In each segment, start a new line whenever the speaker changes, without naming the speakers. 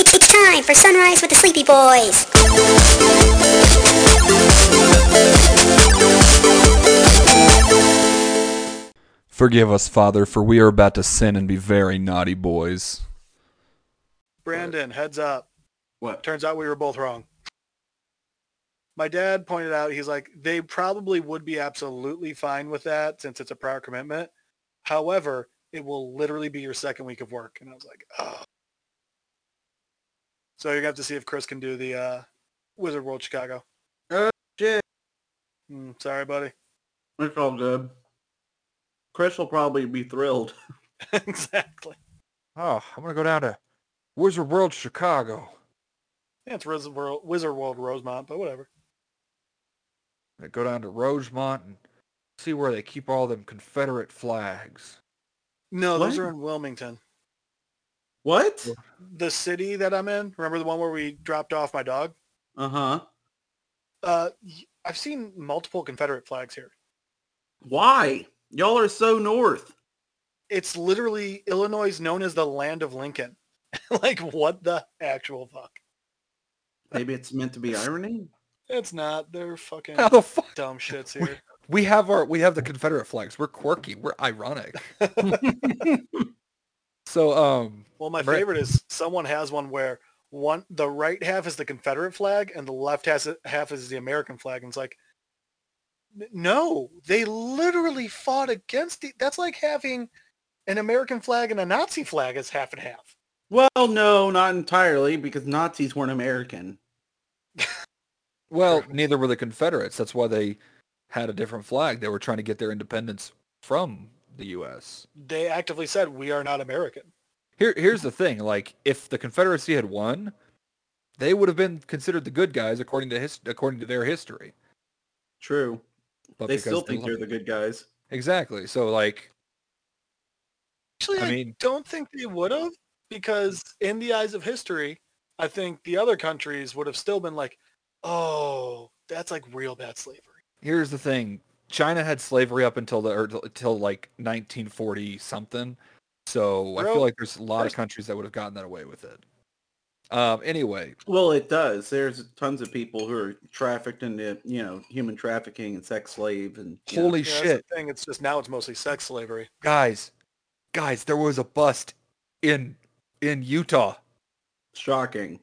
time for Sunrise with the Sleepy Boys.
Forgive us, Father, for we are about to sin and be very naughty boys.
Brandon, heads up.
What?
Turns out we were both wrong. My dad pointed out, he's like, they probably would be absolutely fine with that since it's a prior commitment. However, it will literally be your second week of work. And I was like, oh. So you're going to have to see if Chris can do the uh, Wizard World Chicago.
Oh, shit.
Mm, sorry, buddy.
It's all good. Chris will probably be thrilled.
exactly.
Oh, I'm gonna go down to Wizard World Chicago.
Yeah, it's Wizard World, Wizard World Rosemont, but whatever.
I'm gonna go down to Rosemont and see where they keep all them Confederate flags.
No, those
What?
are in Wilmington.
What?
The city that I'm in, remember the one where we dropped off my dog?
Uh-huh.
Uh, y- I've seen multiple Confederate flags here.
Why? Y'all are so north.
It's literally Illinois is known as the land of Lincoln. like what the actual fuck?
Maybe it's meant to be irony.
It's not. They're fucking
How the fuck?
dumb shits here.
We have our we have the Confederate flags. We're quirky. We're ironic. so um
Well, my
Right.
favorite is someone has one where one the right half is the Confederate flag and the left has half is the American flag, and it's like, n- no, they literally fought against it. That's like having an American flag and a Nazi flag as half and half.
Well, no, not entirely, because Nazis weren't American.
well neither were the Confederates. That's why they had a different flag. They were trying to get their independence from the US.
They actively said we are not American.
Here here's the thing, like if the Confederacy had won, they would have been considered the good guys according to his, according to their history.
True.
But
they
because
still think
lo-
they're the good guys.
Exactly. So like
Actually,
I
I,
mean-
don't think they would have because in the eyes of history, I think the other countries would have still been like, oh, that's like real bad slavery.
here's the thing china had slavery up until the or till- till like 1940 something so i
Bro,
feel like there's a lot of
there's-
countries that would have gotten that away with it um anyway
Well, it does. There's tons of people who are trafficked into, you know, human trafficking and sex slave and you know,
holy
Yeah, that's the
shit
thing. It's just now it's mostly sex slavery.
guys guys there was a bust in in utah
shocking.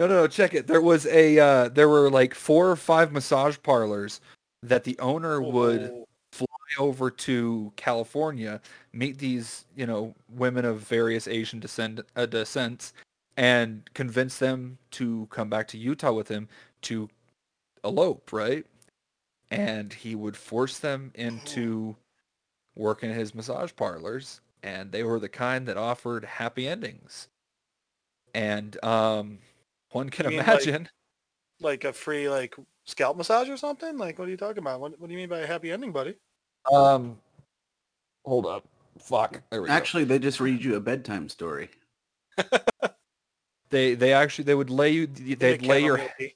no no no check it there was a uh there were like four or five massage parlors that the owner would
Oh,
over to California, meet these, you know, women of various Asian descend, uh, descents, and convince them to come back to Utah with him to elope, right? And he would force them into working at his massage parlors, and they were the kind that offered happy endings. And um, one can
You mean, like-
imagine.
like a free like scalp massage or something? Like what are you talking about? What, what do you mean by a happy ending, buddy?
um, hold up, fuck. There we go.
Actually, they just read you a bedtime story.
They they actually they would lay you they'd
They
lay
count
your
on the-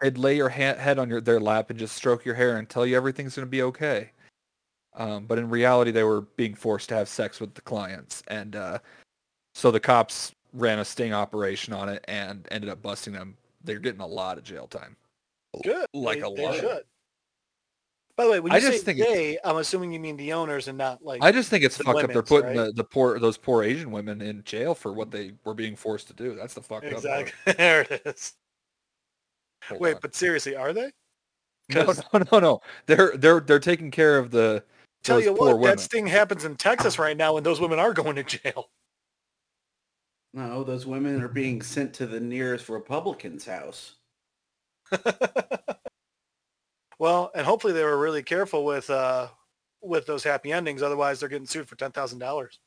they'd lay your ha- head on your their lap and just stroke your hair and tell you everything's going to be okay. Um, but in reality, they were being forced to have sex with the clients, and uh, so the cops ran a sting operation on it and ended up busting them. They're getting a lot of jail time.
good.
like
They-
a
they
lot.
should. By the way, when you
I
say
just think it's-
they, I'm assuming you mean the owners and not like
I just think it's
The
fucked up. They're
women's,
putting
right?
the, the poor those poor Asian women in jail for what they were being forced to do. That's the fucked up. part.
exactly. there it is.
Hold
Wait,
on.
but seriously, are they?
no,
'cause-
no, no, no. They're they're they're taking care of the
Tell
those
you
poor
what,
women.
that sting happens in Texas right now, and those women are going to jail.
No, those women are being sent to the nearest Republican's house.
well, and hopefully they were really careful with uh, with those happy endings. Otherwise, they're getting sued for ten thousand dollars.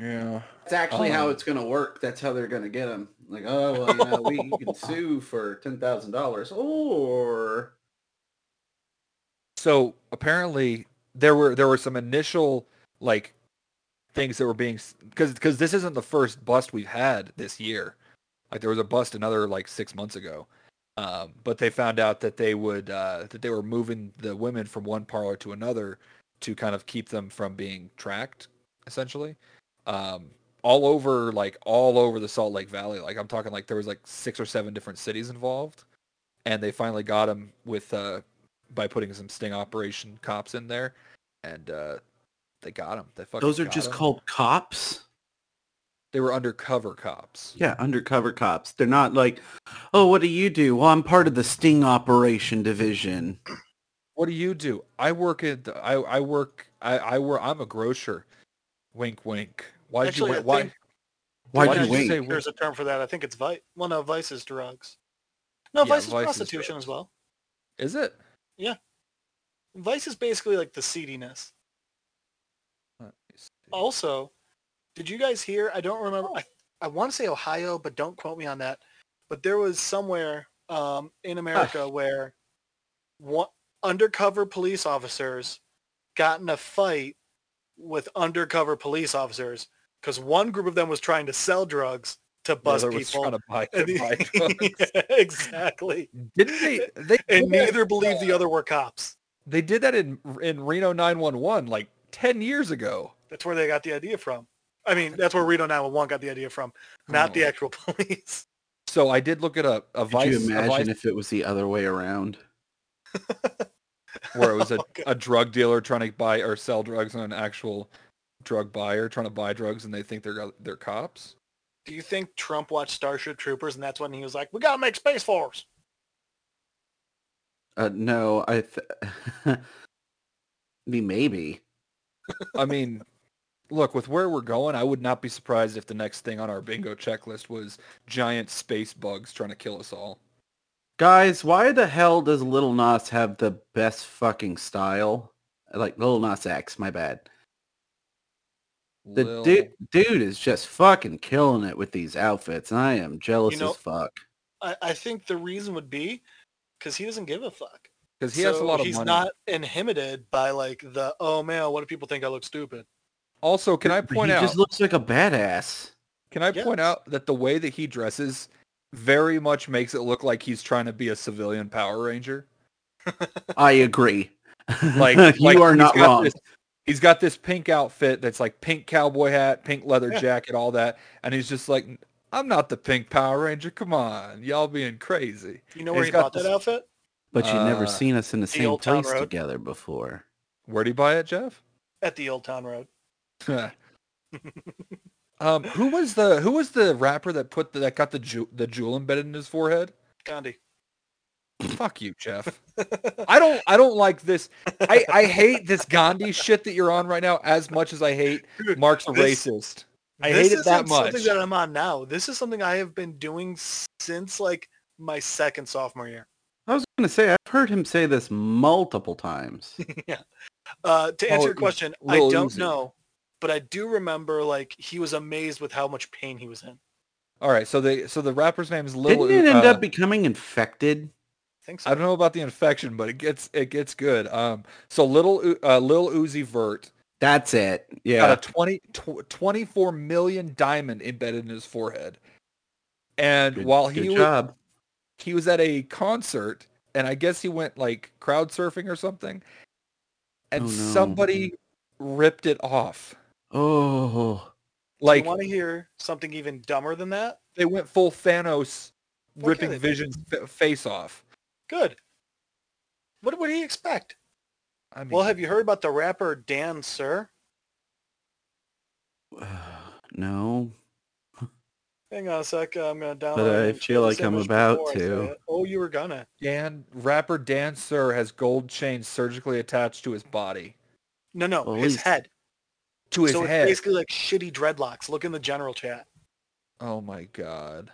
Yeah.
That's actually how
Oh.
it's going to work. That's how they're going to get them. Like, oh, well, you know, we you can sue for ten thousand dollars, or
So apparently there were there were some initial like things that were being because because this isn't the first bust we've had this year. Like there was a bust another like six months ago, um, but they found out that they would uh, that they were moving the women from one parlor to another to kind of keep them from being tracked, essentially. Um, all over like all over the Salt Lake Valley. Like I'm talking like there was like six or seven different cities involved, and they finally got him with uh by putting some sting operation cops in there, and uh they got him. They fucking
Those are
got
just
him.
called cops.
they were undercover cops.
Yeah, undercover cops. They're not like, oh, what do you do? Well, I'm part of the sting operation division.
What do you do? I work at the, I I work I I work I'm a grocer. Wink wink. Why'd
Actually,
you
I
wink? why
think-
Why'd
Why
you
did you
wink?
say-
There's a term for that. I think it's vice. Well, no, vice is drugs. No,
Yeah,
vice is
vice is
prostitution
drugs.
as well.
is it?
Vice is basically like the seediness.
Let me see. Oh.
Also, did you guys hear? I don't remember. I, I want to say Ohio, but don't quote me on that. But there was somewhere um, in America where one, undercover police officers got in a fight with undercover police officers because one group of them was trying to sell drugs to
The
bust
other was
people.
trying to buy-
And
buy
the-
drugs.
Yeah, exactly.
Didn't they? They
And
did that-
neither believed the other were cops.
They did that in in Reno 911 like 10 years ago.
That's where they got the idea from. I mean, that's where Reno 911 got the idea from, not the
Oh.
actual police.
So I did look it up. A
Could
vice,
you
a vice
imagine if it was the other way around?
where it was a,
Okay.
a drug dealer trying to buy or sell drugs on an actual drug buyer trying to buy drugs and they think they're they're cops.
Do you think Trump watched Starship Troopers and that's when he was like, "We gotta make Space Force"?
Uh, no, I. Th- I mean, maybe.
I mean, look, with where we're going, I would not be surprised if the next thing on our bingo checklist was giant space bugs trying to kill us all.
Guys, why the hell does Little Nas have the best fucking style? Like Little Nas X, my bad. The
Lil-
dude, dude is just fucking killing it with these outfits, and I am jealous
know-
as fuck.
I, I think the reason would be because he doesn't give a fuck.
'cause he has a
So
lot of
he's
money.
not inhibited by like the oh man, what do people think I look stupid?
also, can I
But
point
he
out
just looks like a badass.
Can I
Yeah.
point out that the way that he dresses very much makes it look like he's trying to be a civilian Power Ranger?
I agree.
Like
you
like
are
he's
not
got
wrong.
this- he's got this pink outfit that's like pink cowboy hat, pink leather
Yeah.
jacket, all that, and he's just like, "I'm not the pink Power Ranger. Come on, y'all being crazy."
You know
And
where
he's
he
got
bought
this-
that outfit?
But you've never
Uh,
seen us in the same
Old Town
place
Road.
together before.
Where'd he buy it, Jeff?
At the Old Town Road.
um, who was the who was the rapper that put the, that got the ju- the jewel embedded in his forehead?
Gandhi.
Fuck you, Jeff. I don't I don't like this. I, I hate this Gandhi shit that you're on right now as much as I hate
Dude,
Mark's a
this-
racist. I
This
hate it that
isn't
much.
Something that I'm on now. This is something I have been doing since like my second sophomore year.
I was going to say, I've heard him say this multiple times.
Uh, to
Oh,
answer your
it-
question, I
Lil
don't
Uzi.
know, but I do remember like he was amazed with how much pain he was in. I
All right, so the so the rapper's name is Lil.
Didn't it end
uh,
up becoming infected?
think so.
I don't know about the infection, but it gets it gets good. Um, so little U- uh, Lil Uzi Vert
That's it. Yeah.
got a 20, tw- 24 million diamond embedded in his forehead, and
Good-
while
good
he was
job.
he was at a concert and I guess he went like crowd surfing or something and
Oh, no.
somebody ripped it off.
Oh.
Like
you want to hear something even dumber than that?
they went full Thanos
yeah,
ripping
they did.
Vision's fa- face off.
Good. What would he expect?
I mean,
Well, have you heard about the rapper Dan Sir?
No.
Hang on a sec. I'm gonna download.
But I
and share
feel like
this
I'm
image
about
before I say
to.
it. Oh, you were gonna.
Dan rapper Dan Sir has gold chains surgically attached to his body,
No, no,
Well, at
his
least-
head.
to his
so
head.
it's basically like shitty dreadlocks. Look in the general chat.
Oh my god.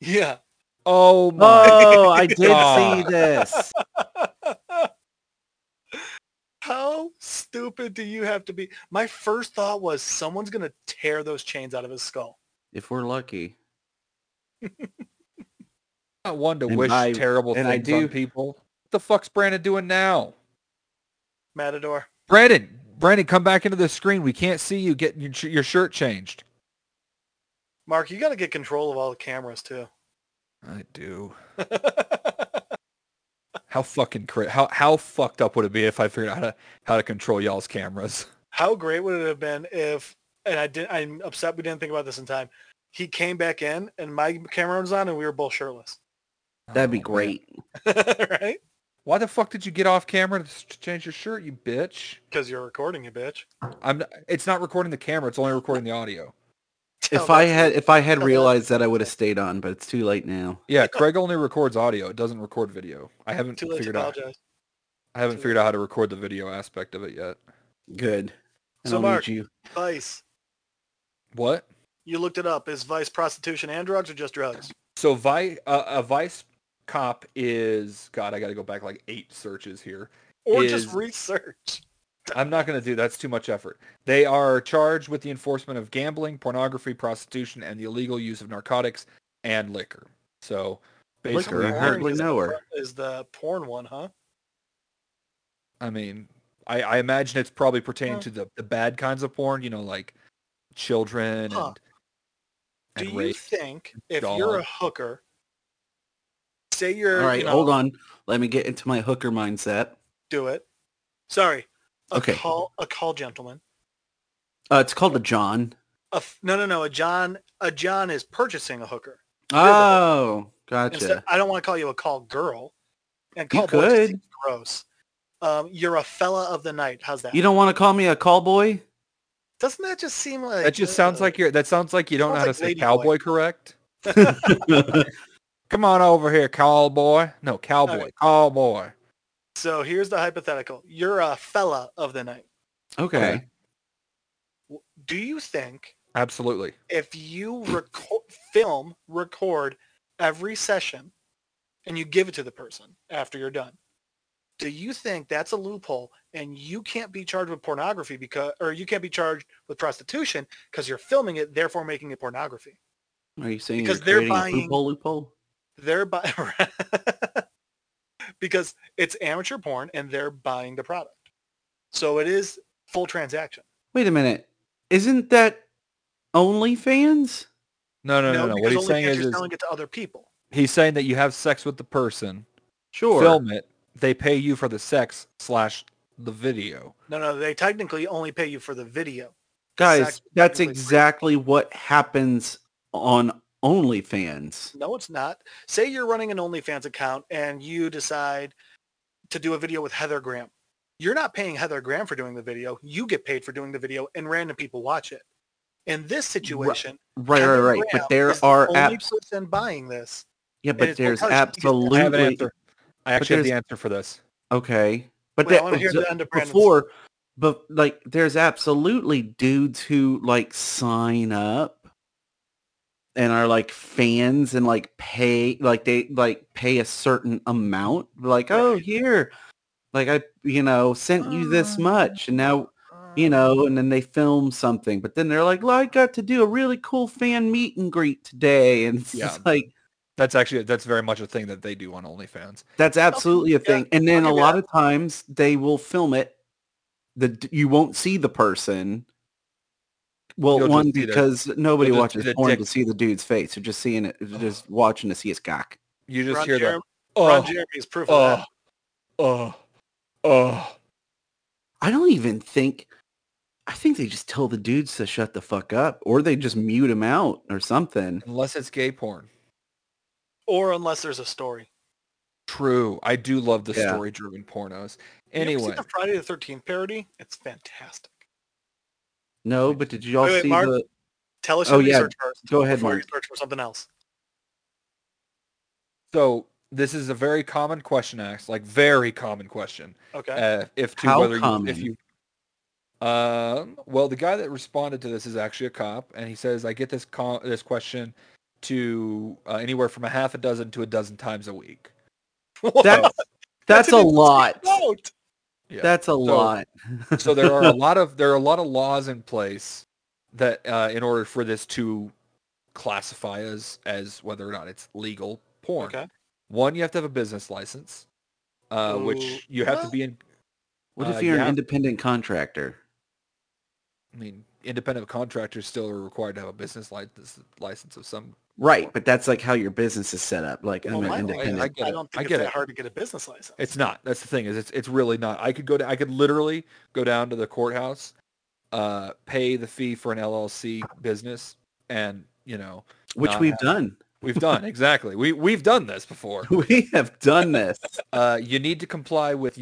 Yeah.
Oh my.
Oh, I did see
God.
this.
How stupid do you have to be? My first thought was someone's gonna tear those chains out of his skull.
If we're lucky.
Not one to
And
wish
I-
terrible
and
things
I
on
do-
people. What the fuck's Brandon doing now?
Matador.
Brandon, Brandon, come back into the screen. We can't see you getting your, sh- your shirt changed.
Mark, you got to get control of all the cameras too.
I do. How fucking cra- how how fucked up would it be if I figured out how to how to control y'all's cameras?
How great would it have been if and I did. I'm upset we didn't think about this in time. He came back in, and my camera was on, and we were both shirtless.
That'd be
Oh, man.
great.
right?
Why the fuck did you get off camera to s- to change your shirt, you bitch?
Because you're recording, you bitch.
I'm. It's not recording the camera. It's only recording the audio.
If
Oh,
I
that's
had if I had
that's-
realized that, I would have stayed on, but it's too late now.
Yeah, Craig only records audio. It doesn't record video. I haven't
Too late to
figured out.
apologize.
I haven't
Too
figured out how to record the video aspect of it yet.
Good. I
So,
don't
Mark-
need you.
Vice.
What?
You looked it up. Is vice prostitution and drugs or just drugs?
So vi- uh, a vice cop is God. I got to go back like eight searches here.
Or
Is-
just research?
I'm not going to do that's too much effort. They are charged with the enforcement of gambling, pornography, prostitution, and the illegal use of narcotics and liquor. So
Liquor,
basically,
I hardly
is-
know her.
Is the porn one, huh?
I mean, I, I imagine it's probably pertaining to the, the bad kinds of porn, you know, like children
Huh.
and,
Do
and
you
rape.
think if you're a
dog.
hooker, say you're
All right,
you know,
hold on. Let me get into my hooker mindset.
do it. Sorry, a
Okay.
call a call gentleman.
Uh, it's called a John.
A f- no no no a John a John is purchasing a hooker.
Oh, gotcha.
Instead, I don't want to call you a call girl. And
You
call boy just
could.
seems gross. Um, you're a fella of the night. How's that?
You don't want to call me a call boy?
Doesn't that just seem like
That just sounds
uh,
like you're that sounds like you don't know how to
Sounds
say
like
cowboy
ladyboy.
correct. Come on over here, cowboy. No, cowboy.
right.
Cowboy.
So here's the hypothetical. You're a fella of the night.
okay.
W- Do you think
Absolutely.
if you record, film, record every session, and you give it to the person after you're done, do you think that's a loophole and you can't be charged with pornography because, or you can't be charged with prostitution because you're filming it, therefore making it pornography?
Are you saying
Because
because
they're
they're buying...
buying-
a loophole? Loophole?
Thereby, because it's amateur porn and they're buying the product, so it is full transaction.
Wait a minute. Isn't that OnlyFans?
No, no, no, no. What
because
he's saying
OnlyFans
is,
you're
is
selling it to other people.
he's saying that you have sex with the person,
Sure.
film it, they pay you for the sex slash the video.
No, no, they technically only pay you for the video.
Guys,
Exactly.
that's
Completely free.
exactly what happens on OnlyFans.
No, it's not. Say you're running an OnlyFans account and you decide to do a video with Heather Graham. You're not paying Heather Graham for doing the video. You get paid for doing the video and random people watch it. In this situation,
Right, right,
Heather
right.
Graham
But there
is the
are
only
apps.
person buying this.
Yeah,
and
but
it's
there's
because she gets- I have an
I have an
absolutely
answer. I actually have the
there's-
answer for this.
Okay. But
Wait, I
that,
wanna hear
d-
the end of Brandon's.
before, but like, there's absolutely dudes who like sign up and are like fans and like pay, like they like pay a certain amount. Like, oh,
Right.
here, like I, you know, sent you this
Ah.
much, and now,
uh, Ah.
you know, and then they film something. But then they're like, well, I got to do a really cool fan meet and greet today, and it's
Yeah.
just like
That's actually that's very much a thing that they do on OnlyFans.
That's absolutely a
yeah,
thing. and
I'll
then a
give you
lot of times they will film it. The you won't see the person. Well,
You'll just
one
see their-
because nobody
you'll just see
watches
the
porn to
dick.
see the dude's face. You're just seeing it, you're just watching to see his cock.
You just
Ron,
hear
Jeremy,
the oh,
Ron Jeremy's proof of
oh,
that.
oh, oh.
I don't even think. I think they just tell the dudes to shut the fuck up, or they just mute him out or something.
Unless it's gay porn.
Or unless there's a story.
True. I do love the
Yeah.
story-driven pornos.
You ever
Anyway,
see the Friday the 13th parody? It's fantastic.
No, but did you all
Wait, wait,
see
Mark?
the?
Tell us
Oh,
your
yeah.
research first
Go ahead,
before you
Mark.
search for something else.
so this is a very common question asked, like very common question.
Okay.
uh, if to
How
whether you, if
common?
you um well the guy that responded to this is actually a cop and he says i get this co- this question to uh, anywhere from a half a dozen to a dozen times a week
That's
Whoa.
that's,
an
a
insane
lot.
quote.
Yeah.
That's a lot.
so there are a lot of there are a lot of laws in place that uh, in order for this to classify as as whether or not it's legal porn
Okay.
one you have to have a business license uh,
Ooh.
which you have to
Well,
be in
What
Uh,
if
you
you're an
have-
independent contractor?
i mean independent contractors still are required to have a business license license of some
Right, but that's like how your business is set up. Like
Well,
I'm
my
an
life-
independent.
I get
I
it.
don't
I
think it's
get
that
it.
hard to get a business license.
It's not. That's the thing is it's it's really not. I could go to I could literally go down to the courthouse, uh, pay the fee for an LLC business, and you know
which
Not
we've
happening.
done.
we've done exactly. We we've done this before.
We have done this.
Uh, you need to comply with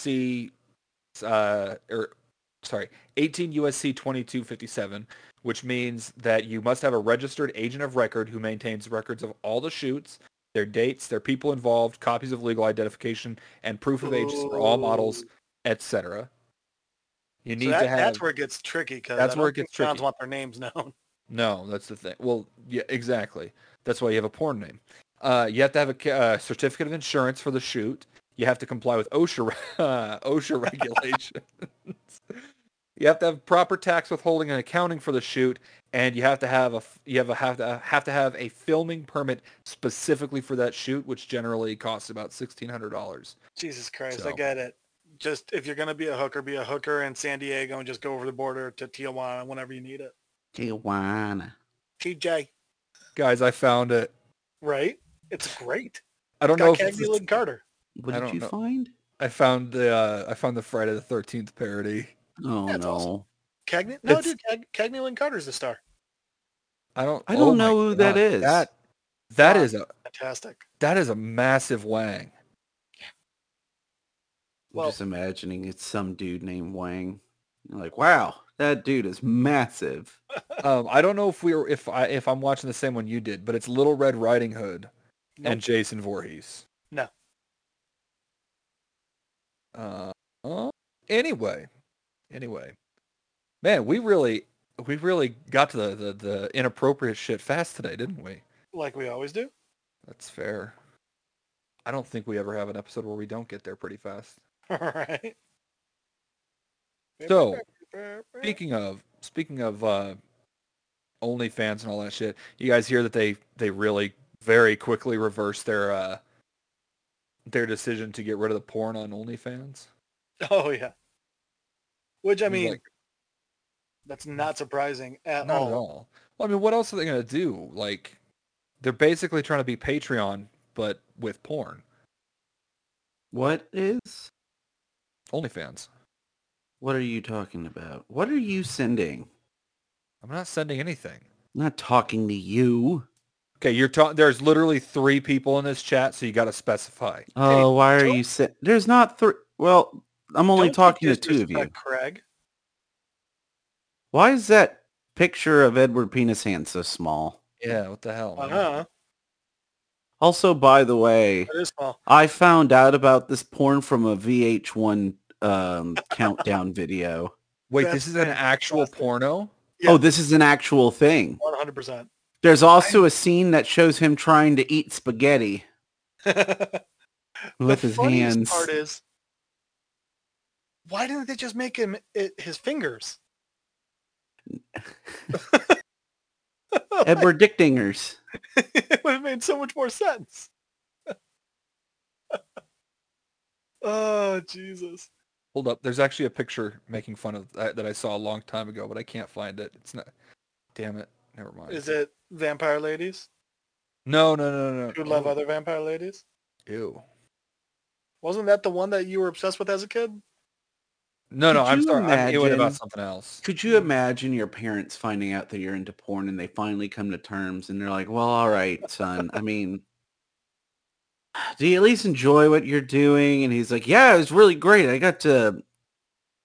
USC, uh, or sorry, 18 USC 2257, which means that you must have a registered agent of record who maintains records of all the shoots, their dates, their people involved, copies of legal identification, and proof of ages for all models, etc.
Oh.
You
So
need
that-
to have.
that's where it gets tricky because
That's where it gets
Clowns
tricky.
want their names known.
No, that's the thing. Well, yeah, exactly. That's why you have a porn name. Uh, you have to have a ca- uh, certificate of insurance for the shoot. You have to comply with OSHA re- uh, OSHA regulations. you have to have proper tax withholding and accounting for the shoot, and you have to have a f- you have a have to have to have a filming permit specifically for that shoot, which generally costs about sixteen hundred dollars.
Jesus Christ, I
So.
get it. Just if you're gonna be a hooker, be a hooker in San Diego and just go over the border to Tijuana whenever you need it.
Tijuana.
TJ,
Guys, I found it.
right? It's great.
I don't know
Got
if it's
Cagney
the-
Lynn Carter.
What
I
did
don't
you
know.
find?
I found the uh, I found the Friday the Thirteenth parody.
Oh
That's
no.
awesome. Cagney? No,
It's-
dude, Cag- Cagney Lynn Carter's the star.
I don't. Oh
I don't
my
know who that
God,
is. Uh,
That that
Ah.
is a
Fantastic.
that is a massive wang.
I'm
Well-
just imagining it's some dude named Wang. You're like, wow, that dude is massive.
Um, I don't know if we were if I if I'm watching the same one you did, but it's Little Red Riding Hood
Nope.
and Jason Voorhees.
No.
Uh, uh, anyway, anyway, man, we really we really got to the, the the inappropriate shit fast today, didn't we?
Like we always do.
That's fair. I don't think we ever have an episode where we don't get there pretty fast.
All right.
So, Speaking of speaking of uh, OnlyFans and all that shit, you guys hear that they they really very quickly reversed their uh, their decision to get rid of the porn on OnlyFans.
Oh yeah. Which I
It was
mean,
like,
that's not surprising at
not
all.
at all. Well, I mean, what else are they gonna do? Like, they're basically trying to be Patreon but with porn.
What is?
OnlyFans.
What are you talking about? What are you sending?
I'm not sending anything.
I'm not talking to you.
Okay, you're talking. There's literally three people in this chat, so you got to specify.
Oh, why are
don't-
you sending? There's not three. Well, I'm only
Don't you
talking to two of you.
disrespect Craig.
Why is that picture of Edward Penis Hand so small?
Oh, Yeah, what the hell?
Uh
man?
huh.
Also, by the way,
That is small.
I found out about this porn from a VH1 um, countdown video.
Wait,
That's
this is an actual
fantastic.
porno.
Yeah.
Oh, this is an actual thing.
One hundred percent.
There's also a scene that shows him trying to eat spaghetti with
the
his
funniest
hands.
Part is, why didn't they just make him it, his fingers?
Edward Dick Dingers.
it would have made so much more sense. oh Jesus!
Hold up. There's actually a picture making fun of uh, that, that I saw a long time ago, but I can't find it. It's not. Damn it. Never mind.
Is it vampire ladies
No, no, no, no. no.
who love
Oh,
other vampire ladies?
Ew.
Wasn't that the one that you were obsessed with as a kid?
No, no.
Could
I'm
you
sorry. I'm ewing about
imagine-
something else.
Could you imagine your parents finding out that you're into porn and they finally come to terms and they're like, well, all right, son. I mean, do you at least enjoy what you're doing? And he's like, yeah, it was really great. I got to,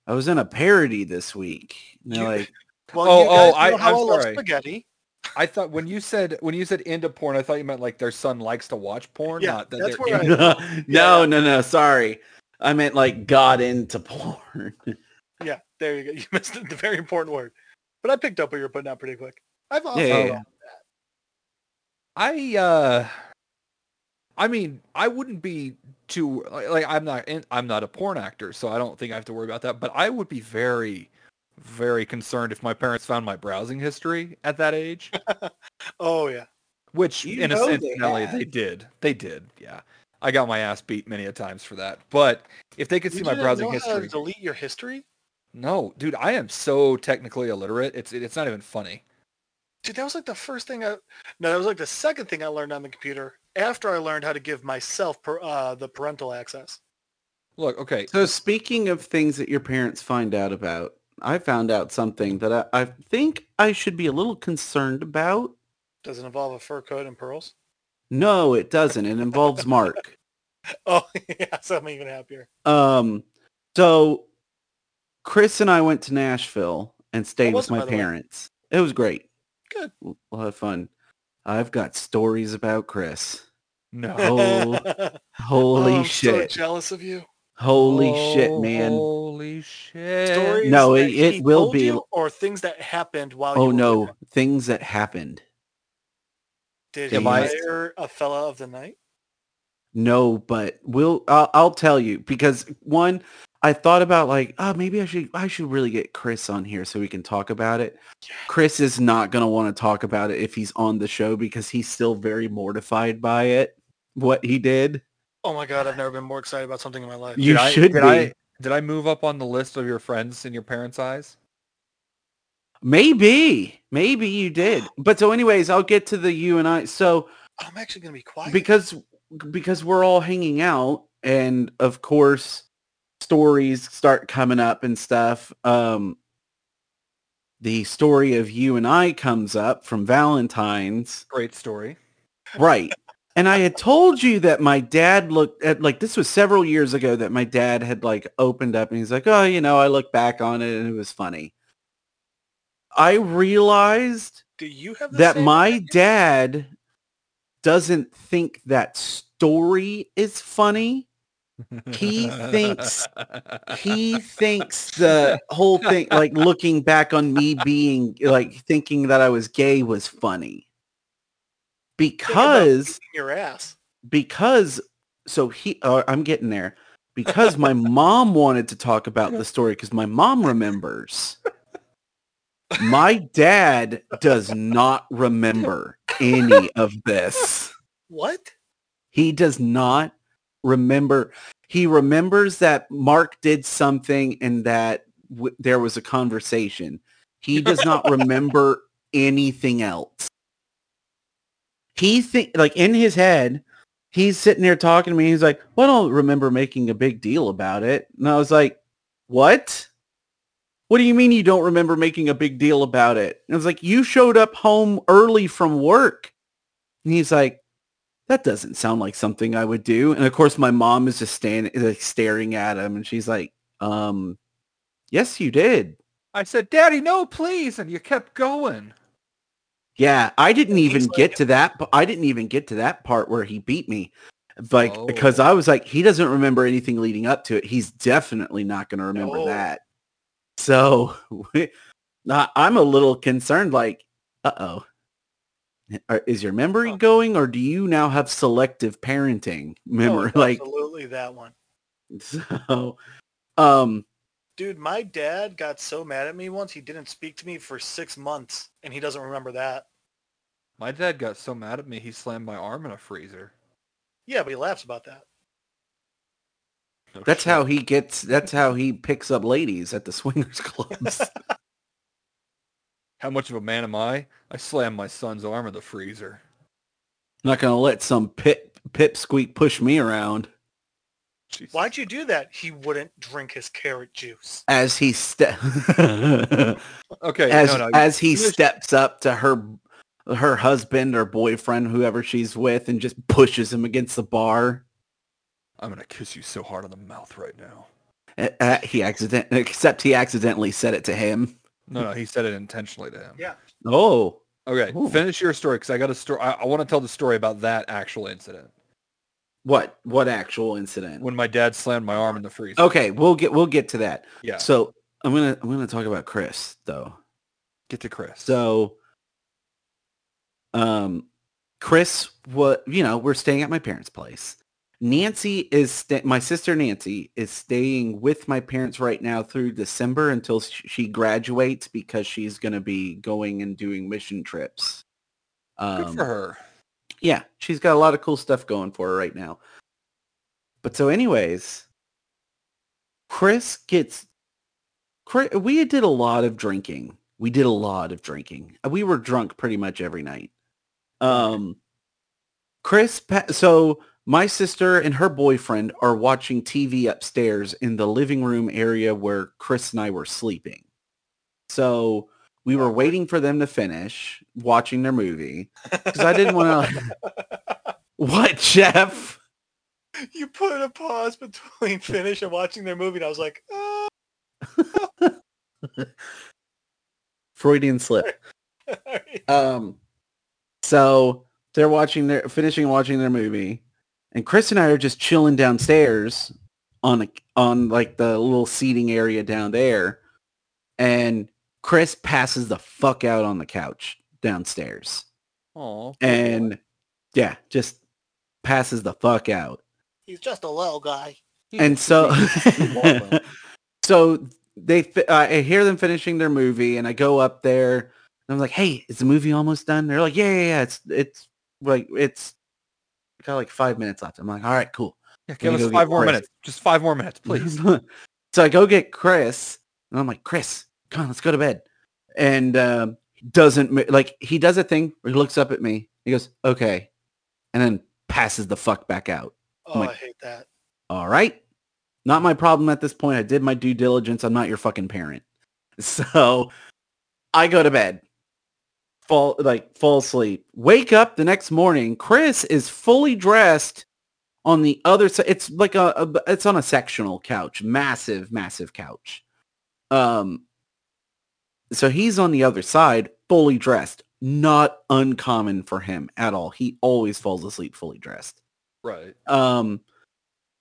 I was in a parody this week. And they're
You-
like,
Well,
Oh,
you
oh,
guys
I-
know how
I'm
love
sorry.
spaghetti.
I thought when you said when you said into porn, I thought you meant like their son likes to watch porn.
Yeah,
not that
that's
they're
where I-
into-
no, no, no, no, sorry. I meant like got into porn.
Yeah, there you go. You missed the very important word. But I picked up what you were putting out pretty quick. I've also
Yeah, yeah, yeah.
I uh I mean, I wouldn't be too like, like I'm not in, I'm not a porn actor, so I don't think I have to worry about that, but I would be very very concerned if my parents found my browsing history at that age,
Oh yeah.
which
You
in a
know
sense
they
Nelly,
had.
they did. They did. Yeah. I got my ass beat many a times for that. But if they could see
You
my
didn't
browsing
know How to
history.
delete your history,
No, dude, I am so technically illiterate. It's it's not even funny.
dude. That was like the first thing I. No, that was like the second thing I learned on the computer after I learned how to give myself per, uh, the parental access.
Look, okay.
So speaking of things that your parents find out about, I found out something that I, I think I should be a little concerned about.
Does it involve a fur coat and pearls?
No, it doesn't. It involves Mark.
Oh, yeah, so I'm even happier.
Um, so Chris and I went to Nashville and stayed
was
with
it,
my
by the way?
parents. It was great.
Good.
A lot of fun. I've got stories about Chris.
No.
Oh, holy
Oh, I'm
shit.
so jealous Oh, of you.
holy shit, man.
Holy shit.
Stories
No, it-
that
it
he
will
told
be-
you or things that happened while you
Oh
were
no,
with him?
things that happened.
Did
Am
you
I-
hire a fella of the night?
No, but we'll I'll, I'll tell you because one I thought about like, oh, maybe I should I should really get Chris on here so we can talk about it. Chris is not going to want to talk about it if he's on the show because he's still very mortified by it what he did.
Oh my god, I've never been more excited about something in my life.
You
I,
should
did
be.
I, did I move up on the list of your friends in your parents' eyes?
Maybe. Maybe you did. But so anyways, I'll get to the you and I. So
I'm actually gonna be quiet.
because because we're all hanging out and of course stories start coming up and stuff um the story of you and i comes up from valentine's
Great story.
right and i had told you that my dad looked at like this was several years ago that my dad had like opened up and he's like oh you know i look back on it and it was funny i realized
do you have the
that
same-
my dad doesn't think that story is funny. He thinks- He thinks the whole thing, like looking back on me being like thinking that I was gay was funny.
Think about
Because,
beating your ass.
because, so he, uh, I'm getting there. Because my mom wanted to talk about the story because my mom remembers. My dad does not remember any of this.
What?
He does not remember. He remembers that Mark did something and that w- there was a conversation. He does not remember anything else. He think like in his head, he's sitting there talking to me. He's like, "Well, I don't remember making a big deal about it." And I was like, "What?" What do you mean you don't remember making a big deal about it? And I was like, you showed up home early from work. And he's like, that doesn't sound like something I would do. And of course, my mom is just standing, like, staring at him, and she's like, um, yes, you did.
I said, Daddy, no, please. And you kept going.
Yeah, I didn't
He's
even
like-
get to that. p- I didn't even get to that part where he beat me, like
Oh.
because I was like, he doesn't remember anything leading up to it. He's definitely not going to remember
No.
that. So I- I'm a little concerned. Like, uh oh, is your memory
Huh. Oh,
going, or do you now have selective parenting
No,
memory?
it's
like,
absolutely that one.
So, um,
Dude, my dad got so mad at me once he didn't speak to me for six months and he doesn't remember that.
My dad got so mad at me, he slammed my arm in a freezer.
Yeah, but he laughs about that.
No
that's
shit.
how he gets. That's how he picks up ladies at the swingers clubs.
How much of a man am I? I slammed my son's arm in the freezer.
Not gonna let some pip pipsqueak push me around.
Jesus.
Why'd you do that? He wouldn't drink his carrot juice.
As he ste-
Okay,
as
no, no.
as he
Finish-
steps up to her her husband or boyfriend, whoever she's with, and just pushes him against the bar.
I'm gonna kiss you so hard on the mouth right now.
Uh, uh, he accident except he accidentally said it to him.
No, no, he said it intentionally to him.
Yeah.
Oh,
Okay,
Ooh.
finish your story because I got a story. I, I want to tell the story about that actual incident
what what actual incident?
when my dad slammed my arm in the freezer.
Okay, we'll get we'll get to that.
Yeah,
So I'm gonna I'm gonna talk about Chris though.
get to Chris.
So, um, Chris, what you know, we're staying at my parents' place. Nancy is sta- my sister. Nancy is staying with my parents right now through December until sh- she graduates because she's gonna be going and doing mission trips. Um,
good for her.
yeah, she's got a lot of cool stuff going for her right now. But so anyways, Chris gets Chris, we did a lot of drinking. We did a lot of drinking. We were drunk pretty much every night. Um Chris pa- so my sister and her boyfriend are watching TV upstairs in the living room area where Chris and I were sleeping. So we were waiting for them to finish watching their movie because I didn't want to. what, Jeff?
you put a pause between finish and watching their movie, and I was like, uh,
Freudian slip.
alright.
Um, so they're watching their finishing watching their movie, and Chris and I are just chilling downstairs on a, on like the little seating area down there, and Chris passes the fuck out on the couch downstairs,
Aw.
and yeah, just passes the fuck out,
he's just a little guy.
and so
Waldo.
so they fi- uh, I hear them finishing their movie, and I go up there. And I'm like, "Hey, is the movie almost done?" They're like, "Yeah, yeah, yeah. It's it's like it's got like five minutes left." I'm like, "All right, cool."
Yeah, give
me
us
go get
five more
Chris.
minutes. Just five more minutes, please.
so I go get Chris, and I'm like, "Chris, come on, let's go to bed." And um, doesn't mo- like he does a thing where he looks up at me. He goes, "Okay," and then passes the fuck back out.
Oh,
Like-
I hate that.
All right. Not my problem at this point. I did my due diligence. I'm not your fucking parent. So I go to bed. Fall like fall asleep. Wake up the next morning. Chris is fully dressed on the other side. It's like a, a- it's on a sectional couch. Massive, massive couch. Um so he's on the other side, fully dressed. Not uncommon for him at all. He always falls asleep fully dressed.
Right.
Um,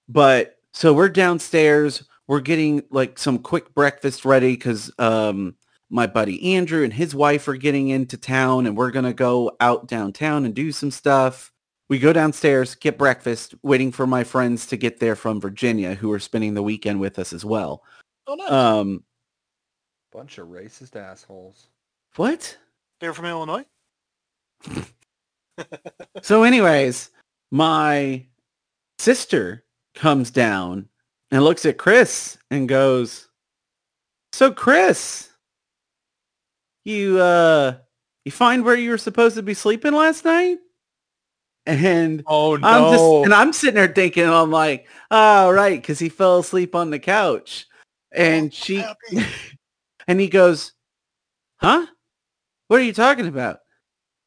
but so we're downstairs. We're getting like some quick breakfast ready because um, my buddy Andrew and his wife are getting into town, and we're gonna go out downtown and do some stuff. We go downstairs, get breakfast, waiting for my friends to get there from Virginia, who are spending the weekend with us as well.
Oh no,
Um,
Bunch of racist assholes.
what?
they're from Illinois.
so anyways, my sister comes down and looks at Chris and goes, "So Chris, you uh you find where you were supposed to be sleeping last night?" And
Oh no.
I'm just and I'm sitting there thinking I'm like, "Oh, right, cuz he fell asleep on the couch." And she
Happy.
and he goes, huh? What are you talking about?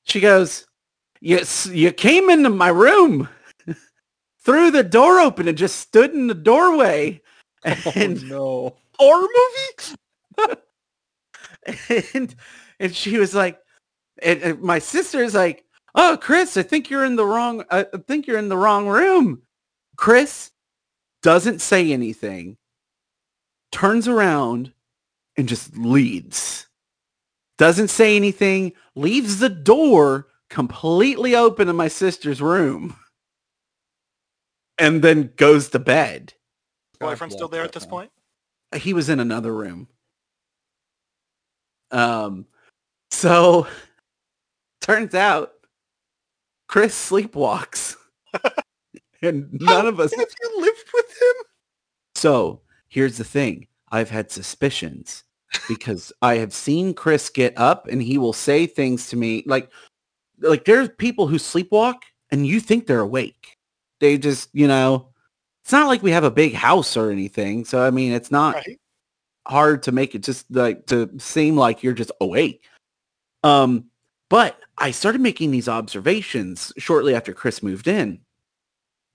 She goes, you, s- you came into my room, threw the door open and just stood in the doorway.
Oh,
And
no.
horror movie? and, and she was like, and, and my sister's like, oh, Chris, I think you're in the wrong, uh, I I think you're in the wrong room. Chris doesn't say anything, turns around and just leads. Doesn't say anything, leaves the door completely open in my sister's room and then goes to bed.
Boyfriend's still there at this point.
He was in another room. Um, so turns out Chris sleepwalks and none of us
Have you lived with him?
So here's the thing. I've had suspicions because I have seen Chris get up and he will say things to me like like there's people who sleepwalk and you think they're awake. They just, you know, it's not like we have a big house or anything. So I mean, it's not
Right.
hard to make it just like to seem like you're just awake. Um, but I started making these observations shortly after Chris moved in.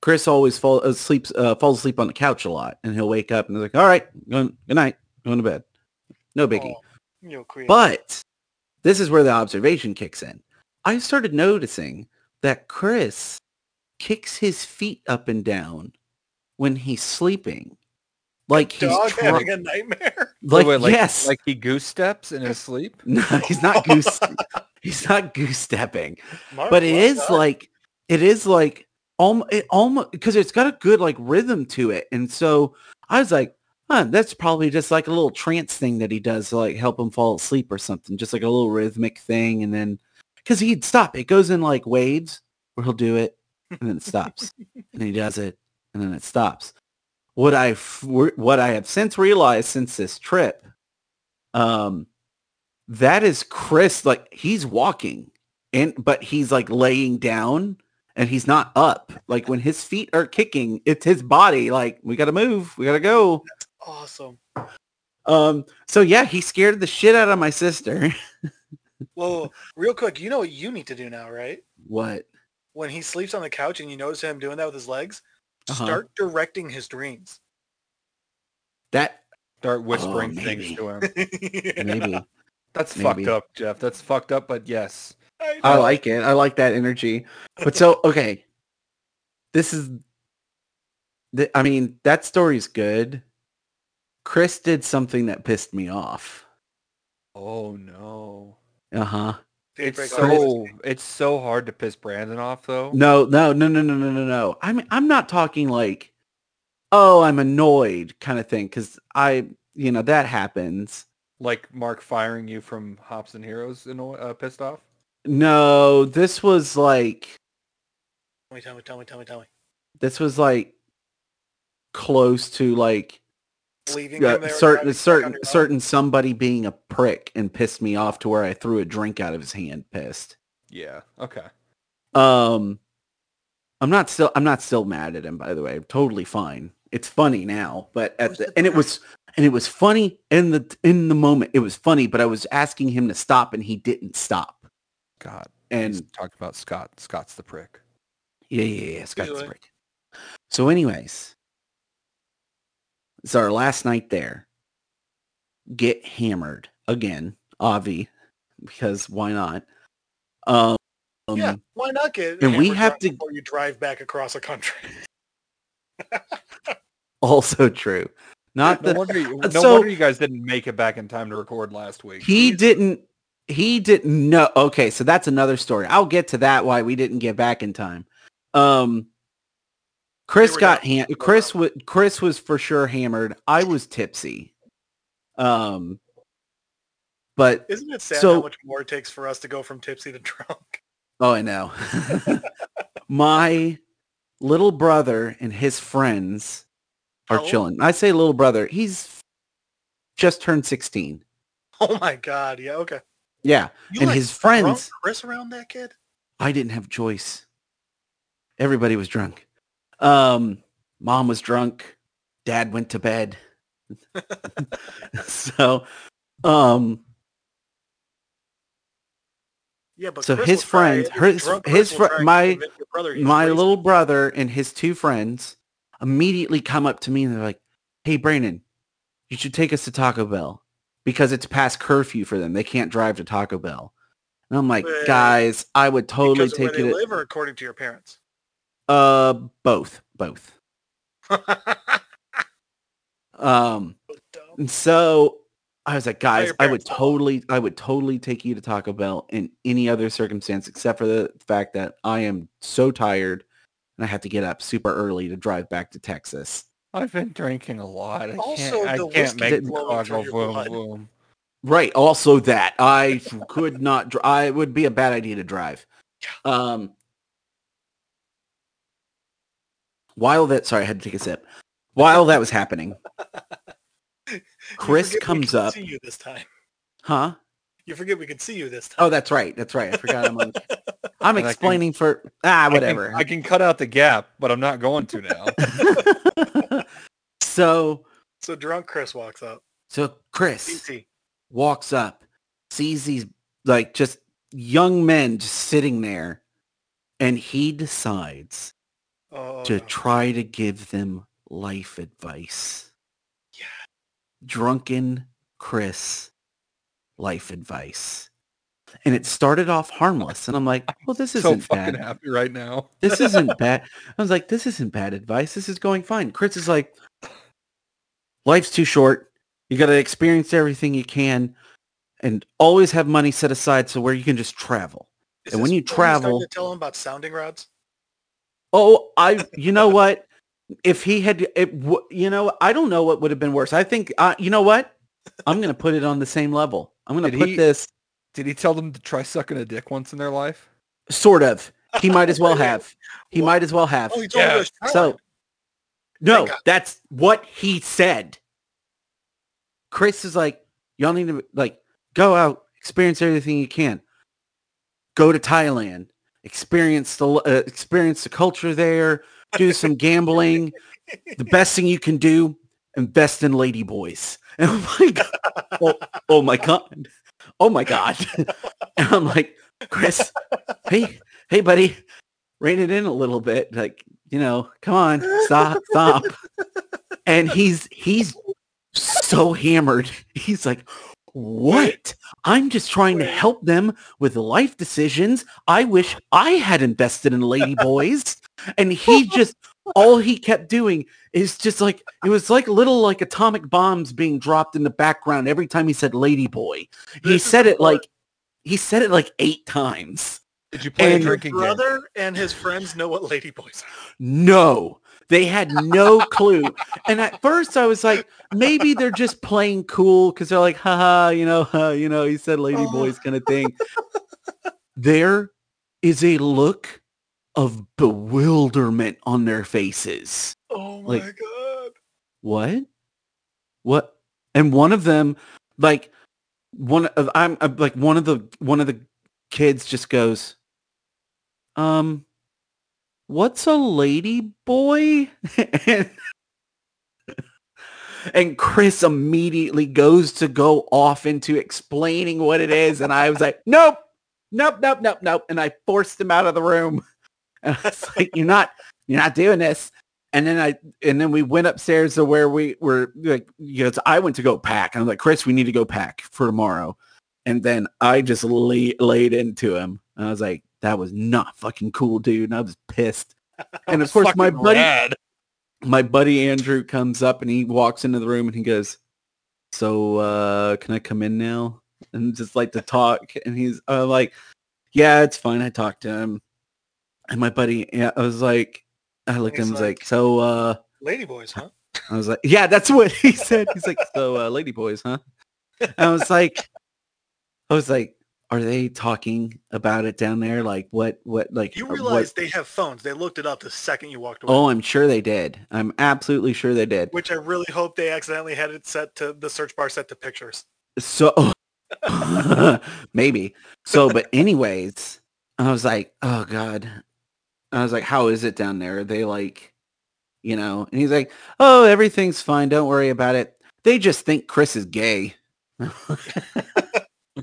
Chris always fall asleep, uh, falls asleep on the couch a lot, and he'll wake up and he's like, "All right, going, good night, going to bed, no biggie."
Oh, you creep.
But this is where the observation kicks in. I started noticing that Chris kicks his feet up and down when he's sleeping, like he's
dog
try-
having a nightmare.
like,
Wait, like,
yes,
Like he goose steps in his sleep.
no, he's not goose. he's not goose stepping,
Mark,
but it
well
is
done.
like it is like almost it almost because it's got a good like rhythm to it, and so I was like, huh, that's probably just like a little trance thing that he does to like help him fall asleep or something, just like a little rhythmic thing, and then because he'd stop, it goes in like waves where he'll do it and then it stops, and he does it and then it stops. What I f- what I have since realized since this trip, um, that is Chris. Like he's walking, and but he's like laying down, and he's not up. Like when his feet are kicking, it's his body. Like we gotta move, we gotta go.
awesome.
Um, so yeah, he scared the shit out of my sister.
Well, real quick, you know what you need to do now, right?
What?
When he sleeps on the couch and you notice him doing that with his legs,
Uh-huh.
start directing his dreams.
That
Start whispering things
Oh, maybe.
to him.
maybe.
That's fucked
Maybe.
up, Jeff. That's fucked up, but yes.
I
I
know.
like it. I like that energy. But so okay, this is. th- I mean, that story's good. Chris did something that pissed me off.
Oh no.
Uh huh.
Daybreak
It's
Artist.
so it's so hard to piss Brandon off though.
No, no, no, no, no, no, no, no. I'm I'm not talking like, oh, I'm annoyed kind of thing because I, you know, that happens.
Like Mark firing you from Hops and Heroes and uh, pissed off.
No, this was like
Tell me, tell me, tell me, tell me, tell me.
this was like close to like
Leaving
uh,
him there.
certain
driving back on
certain
your own?
certain somebody being a prick and pissed me off to where I threw a drink out of his hand. Pissed.
Yeah. Okay.
Um, I'm not still I'm not still mad at him. By the way, I'm totally fine. It's funny now, but at
Where's
the
the
and it was and it was funny in the in the moment. It was funny, but I was asking him to stop and he didn't stop.
God.
And
He's talked about Scott. Scott's the prick.
Yeah, yeah, yeah. Scott's
Anyway.
break. So, anyways, it's our last night there. Get hammered again, Avi, because why not? Um,
yeah, why not get?
and we
hammered
have
drunk
to-
before you drive back across a country.
also true. Not
No
the
wonder you, no
so-
wonder you guys didn't make it back in time to record last week.
he didn't. He didn't know. Okay, so that's another story. I'll get to that. Why we didn't get back in time. Um, Chris
were
got
down.
ham-
They were
Chris
down.
was Chris was for sure hammered. I was tipsy. Um, but
Isn't it sad
So-
how much more it takes for us to go from tipsy to drunk?
Oh, I know. My little brother and his friends are
How old?
chilling. I say little brother. He's just turned 16.
Oh my god! Yeah, okay.
Yeah.
You
and
like
his
drunk
friends.
Chris around that kid.
I didn't have a choice. Everybody was drunk. Um, mom was drunk. Dad went to bed. so, um,
Yeah, but
So
Chris
his
will try-
friends-
if
her-
he's drunk,
his
Chris will
fri-
try and
my-
convince your brother he's
my
crazy.
little brother and his two friends immediately come up to me and they're like, "Hey, Brandon, you should take us to Taco Bell because it's past curfew for them. They can't drive to Taco Bell." And I'm like,
Well,
"Guys, I would totally
because of
take
where they
it.
live, or according to your parents.
uh, both, both. Um,
Dumb.
and so I was like, guys,
your
I
parents
would
don't
totally, I would totally take you to Taco Bell in any other circumstance except for the fact that I am so tired and I have to get up super early to drive back to Texas."
I've been drinking a lot. I
Also,
can't, I
the
can't
whiskey
make the
flowing through
coggle
your
boom
blood.
boom.
Right. Also that I could not. Dr- I it would be a bad idea to drive. Um. While that, sorry, I had to take a sip. While that was happening,
You
Chris
forget we
comes
can
up,
See you this time.
huh?
You forget we could see you this time.
Oh, that's right. That's right. I forgot. I'm on. I'm
I can-
explaining for ah,
I can-
whatever.
I can, cut out the gap, but I'm not going to now.
so,
So drunk Chris walks up.
so Chris.
DC.
walks up, sees these like just young men just sitting there, and he decides
Oh,
to
no.
try to give them life advice.
Yeah.
Drunken Chris life advice. And it started off harmless. And I'm like, well, this
so
isn't
fucking
bad.
happy right now.
This isn't bad. I was like, this isn't bad advice. This is going fine. Chris is like, life's too short. You got to experience everything you can and always have money set aside so where you can just travel.
Is
and
this
when you
started
travel-
to tell him about sounding rods.
Oh, I, you know what? If he had, it, w- you know, I don't know what would have been worse. I think, uh, you know what? I'm going to put it on the same level. I'm going to
Did
put
he-
this
Did he tell them to try sucking a dick once in their life?
sort of. He might as well
Wait, wait.
have. He
What?
might as well have.
Oh, he told him
Yeah.
to shower.
So, no,
Thank God.
that's what he said. Chris is like, y'all need to like go out, experience everything you can. Go to Thailand, experience the uh, experience the culture there, do some gambling. the best thing you can do, invest in ladyboys. And I'm like, oh, oh my god, oh my god. And I'm like, Chris, hey, hey, buddy, rein it in a little bit. Like, you know, come on, stop, stop. And he's he's so hammered. He's like, what? I'm just trying to help them with life decisions. I wish I had invested in ladyboys. And he just, all he kept doing is just like, it was like little like atomic bombs being dropped in the background every time he said ladyboy. He
This is
said it
the
like, he said it like eight times.
Did you play
And
a drinking game?
brother and his friends know what ladyboys are.
No, they had no clue. And at first I was like, maybe they're just playing cool because they're like, haha, you know, huh, you know, he said lady
Oh.
boys kind of thing. there is a look of bewilderment on their faces.
Oh my
Like-
god.
What? What? And one of them, like one of I'm, I'm like one of the one of the kids just goes, um, what's a lady boy? and, and Chris immediately goes to go off into explaining what it is, and I was like, nope, nope, nope, nope, nope, and I forced him out of the room. And I was like, you're not, you're not doing this. And then I and then we went upstairs to where we were like you know, I went to go pack and I'm like Chris we need to go pack for tomorrow and then I just lay, laid into him and I was like that was not fucking cool dude and I was pissed and of course my
Fucking
buddy
rad.
my buddy Andrew comes up and he walks into the room and he goes so uh can I come in now and just like to talk and he's uh, like yeah it's fine I talked to him and my buddy yeah, I was like I looked at him
He's
I was
like-
like so uh
Ladyboys, huh?
I was like, yeah, that's what he said. He's like, so uh, lady boys, huh? And I was like, I was like, are they talking about it down there? Like what, what, like
You
uh, what-
realize they have phones. They looked it up the second you walked away.
Oh, I'm sure they did. I'm absolutely sure they did.
Which I really hope they accidentally had it set to the search bar set to pictures.
So maybe. So, but anyways, I was like, oh God. I was like, how is it down there? Are they like, you know, and he's like, oh, everything's fine. Don't worry about it. They just think Chris is gay.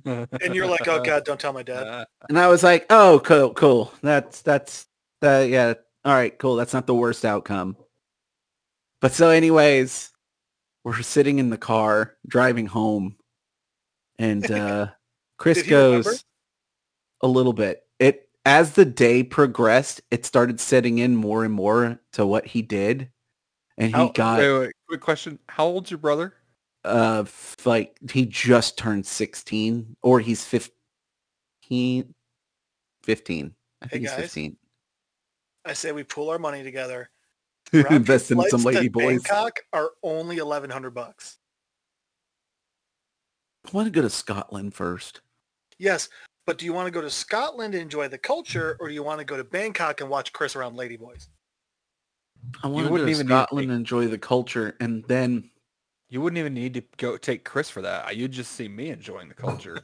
And you're like, oh god, don't tell my dad.
And I was like, oh, cool, cool. That's, that's, uh, yeah. All right, cool. That's not the worst outcome. But so anyways, we're sitting in the car driving home and, uh, Chris
Did he remember?
goes a little bit. It, as the day progressed, it started setting in more and more to what he did. And he
Oh,
How-
got,
wait, wait, quick question. How old's your brother?
uh, f- like he just turned 16 or he's 15, 15. I think he's
guys.
15.
I say we pool our money together. Round trip
invest in some
flights
lady
to
boys.
Bangkok are only eleven hundred bucks.
I want to go to Scotland first.
Yes, but do you want to go to Scotland and enjoy the culture, or do you want to go to Bangkok and watch Chris around ladyboys?
I want to go
wouldn't
to
even need
Scotland
cake.
and enjoy the culture, and then
You wouldn't even need to go take Chris for that. You'd just see me enjoying the culture.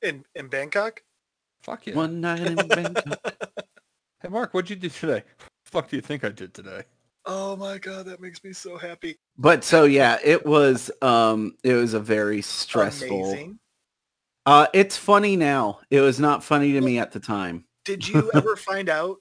In in Bangkok?
Fuck yeah.
one night in Bangkok.
Hey Mark, what'd you do today? fuck do you think I did today?
Oh my god, that makes me so happy.
But so yeah, it was um, it was a very stressful.
Amazing.
Uh, it's funny now. It was not funny to me at the time.
Did you ever find out?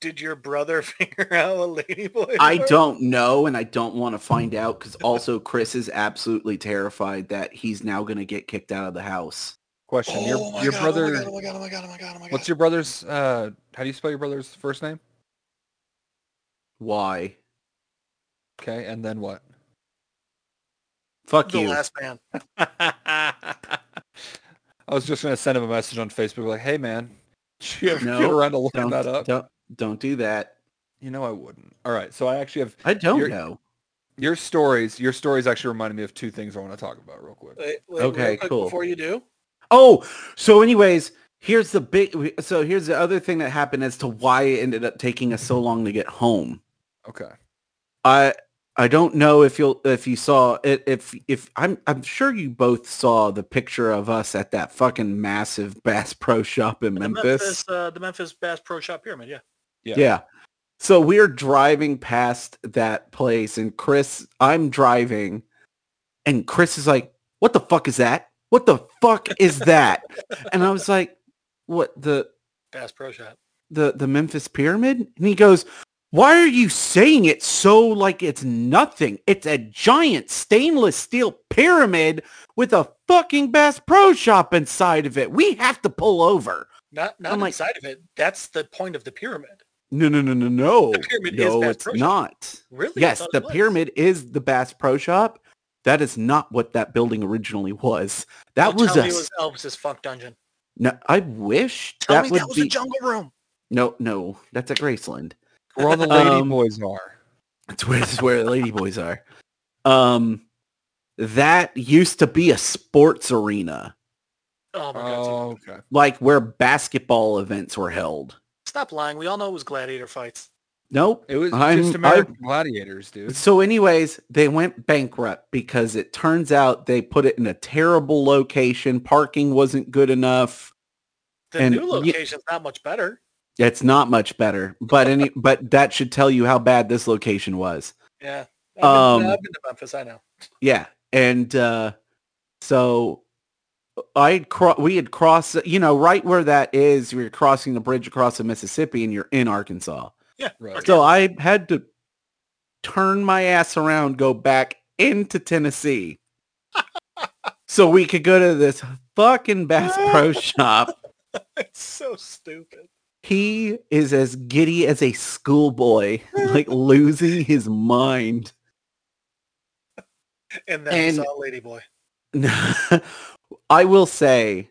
Did your brother figure out what ladyboys?
I
were?
don't know, and I don't want to find out because also Chris is absolutely terrified that he's now going to get kicked out of the house.
Question.
Oh my
your your
God,
brother
Oh my god! Oh my god! Oh my god! Oh my god! Oh my god!
what's your brother's uh how do you spell your brother's first name?
Why?
Okay, and then what?
Fuck
the
you.
last man.
I was just gonna send him a message on Facebook like, hey man, did you ever get
No,
around to looking
don't,
that up?
don't don't do that.
You know I wouldn't. All right, so I actually have
I don't
You're-
know.
your stories. Your stories actually reminded me of two things I want to talk about real quick.
Wait, wait,
Okay,
real quick
cool.
Before you do,
Oh, so anyways, here's the big. So here's the other thing that happened as to why it ended up taking us so long to get home.
Okay.
I I don't know if you'll if you saw it if if I'm I'm sure you both saw the picture of us at that fucking massive Bass Pro Shop in
the
Memphis.
Memphis, uh, the Memphis Bass Pro Shop Pyramid. Yeah.
Yeah.
Yeah. So we're driving past that place and Chris, I'm driving and Chris is like, what the fuck is that? What the fuck is that? and I was like, what the,
Bass Pro Shop.
the, the Memphis pyramid? And he goes, why are you saying it so like it's nothing? It's a giant stainless steel pyramid with a fucking Bass Pro Shop inside of it. We have to pull over.
Not not
I'm like-
inside of it. That's the point of the pyramid.
No, no, no, no, no.
The pyramid is
no,
Bass
it's
Pro Shop.
not.
Really? I
Yes,
thought it
the
was.
pyramid is the Bass Pro Shop. That is not what that building originally was. That
Don't
was
tell
a.
me it was Elvis's funk dungeon.
no, I wish
Tell
that
me
would
that was
be
a jungle room.
no, no. That's at Graceland.
Where all the lady
Um,
boys are.
That's where that's where the lady boys are. Um, that used to be a sports arena,
Oh my god.
Oh, okay.
like where basketball events were held.
Stop lying. We all know it was gladiator fights.
Nope.
It was
I'm-
just American Gladiators, dude.
So anyways, they went bankrupt because it turns out they put it in a terrible location. Parking wasn't good enough.
The
And
new
ye-
location's not much better.
It's not much better, but any but that should tell you how bad this location was.
Yeah. I've been,
Um,
I've been to Memphis. I know.
Yeah, and uh, so I had cro- we had crossed, you know, right where that is. You're crossing the bridge across the Mississippi, and you're in Arkansas.
Yeah.
Right.
okay.
So I had to turn my ass around, go back into Tennessee, so we could go to this fucking Bass Pro Shop.
It's so stupid.
He is as giddy as a schoolboy, like losing his mind.
And then
And-
we saw Lady Boy.
I will say,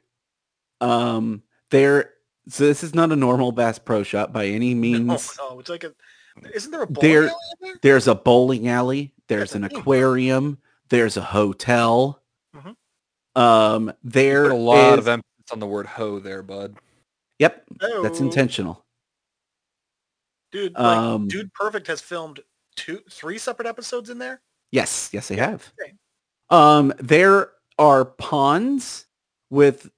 um, there. So this is not a normal Bass Pro Shop by any means.
No, Oh, no, it's like a. Isn't there a bowling
There-
alley in there?
There's a bowling alley. There's
That's
an
a theme park.
aquarium. There's a hotel.
Mhm.
Um, there
Put a lot
is-
of emphasis on the word hoe there, bud.
Yep, that's
No.
intentional.
Dude, like,
Um,
Dude Perfect has filmed two, three separate episodes in there.
Yes, yes, they have.
okay.
Um, there are ponds with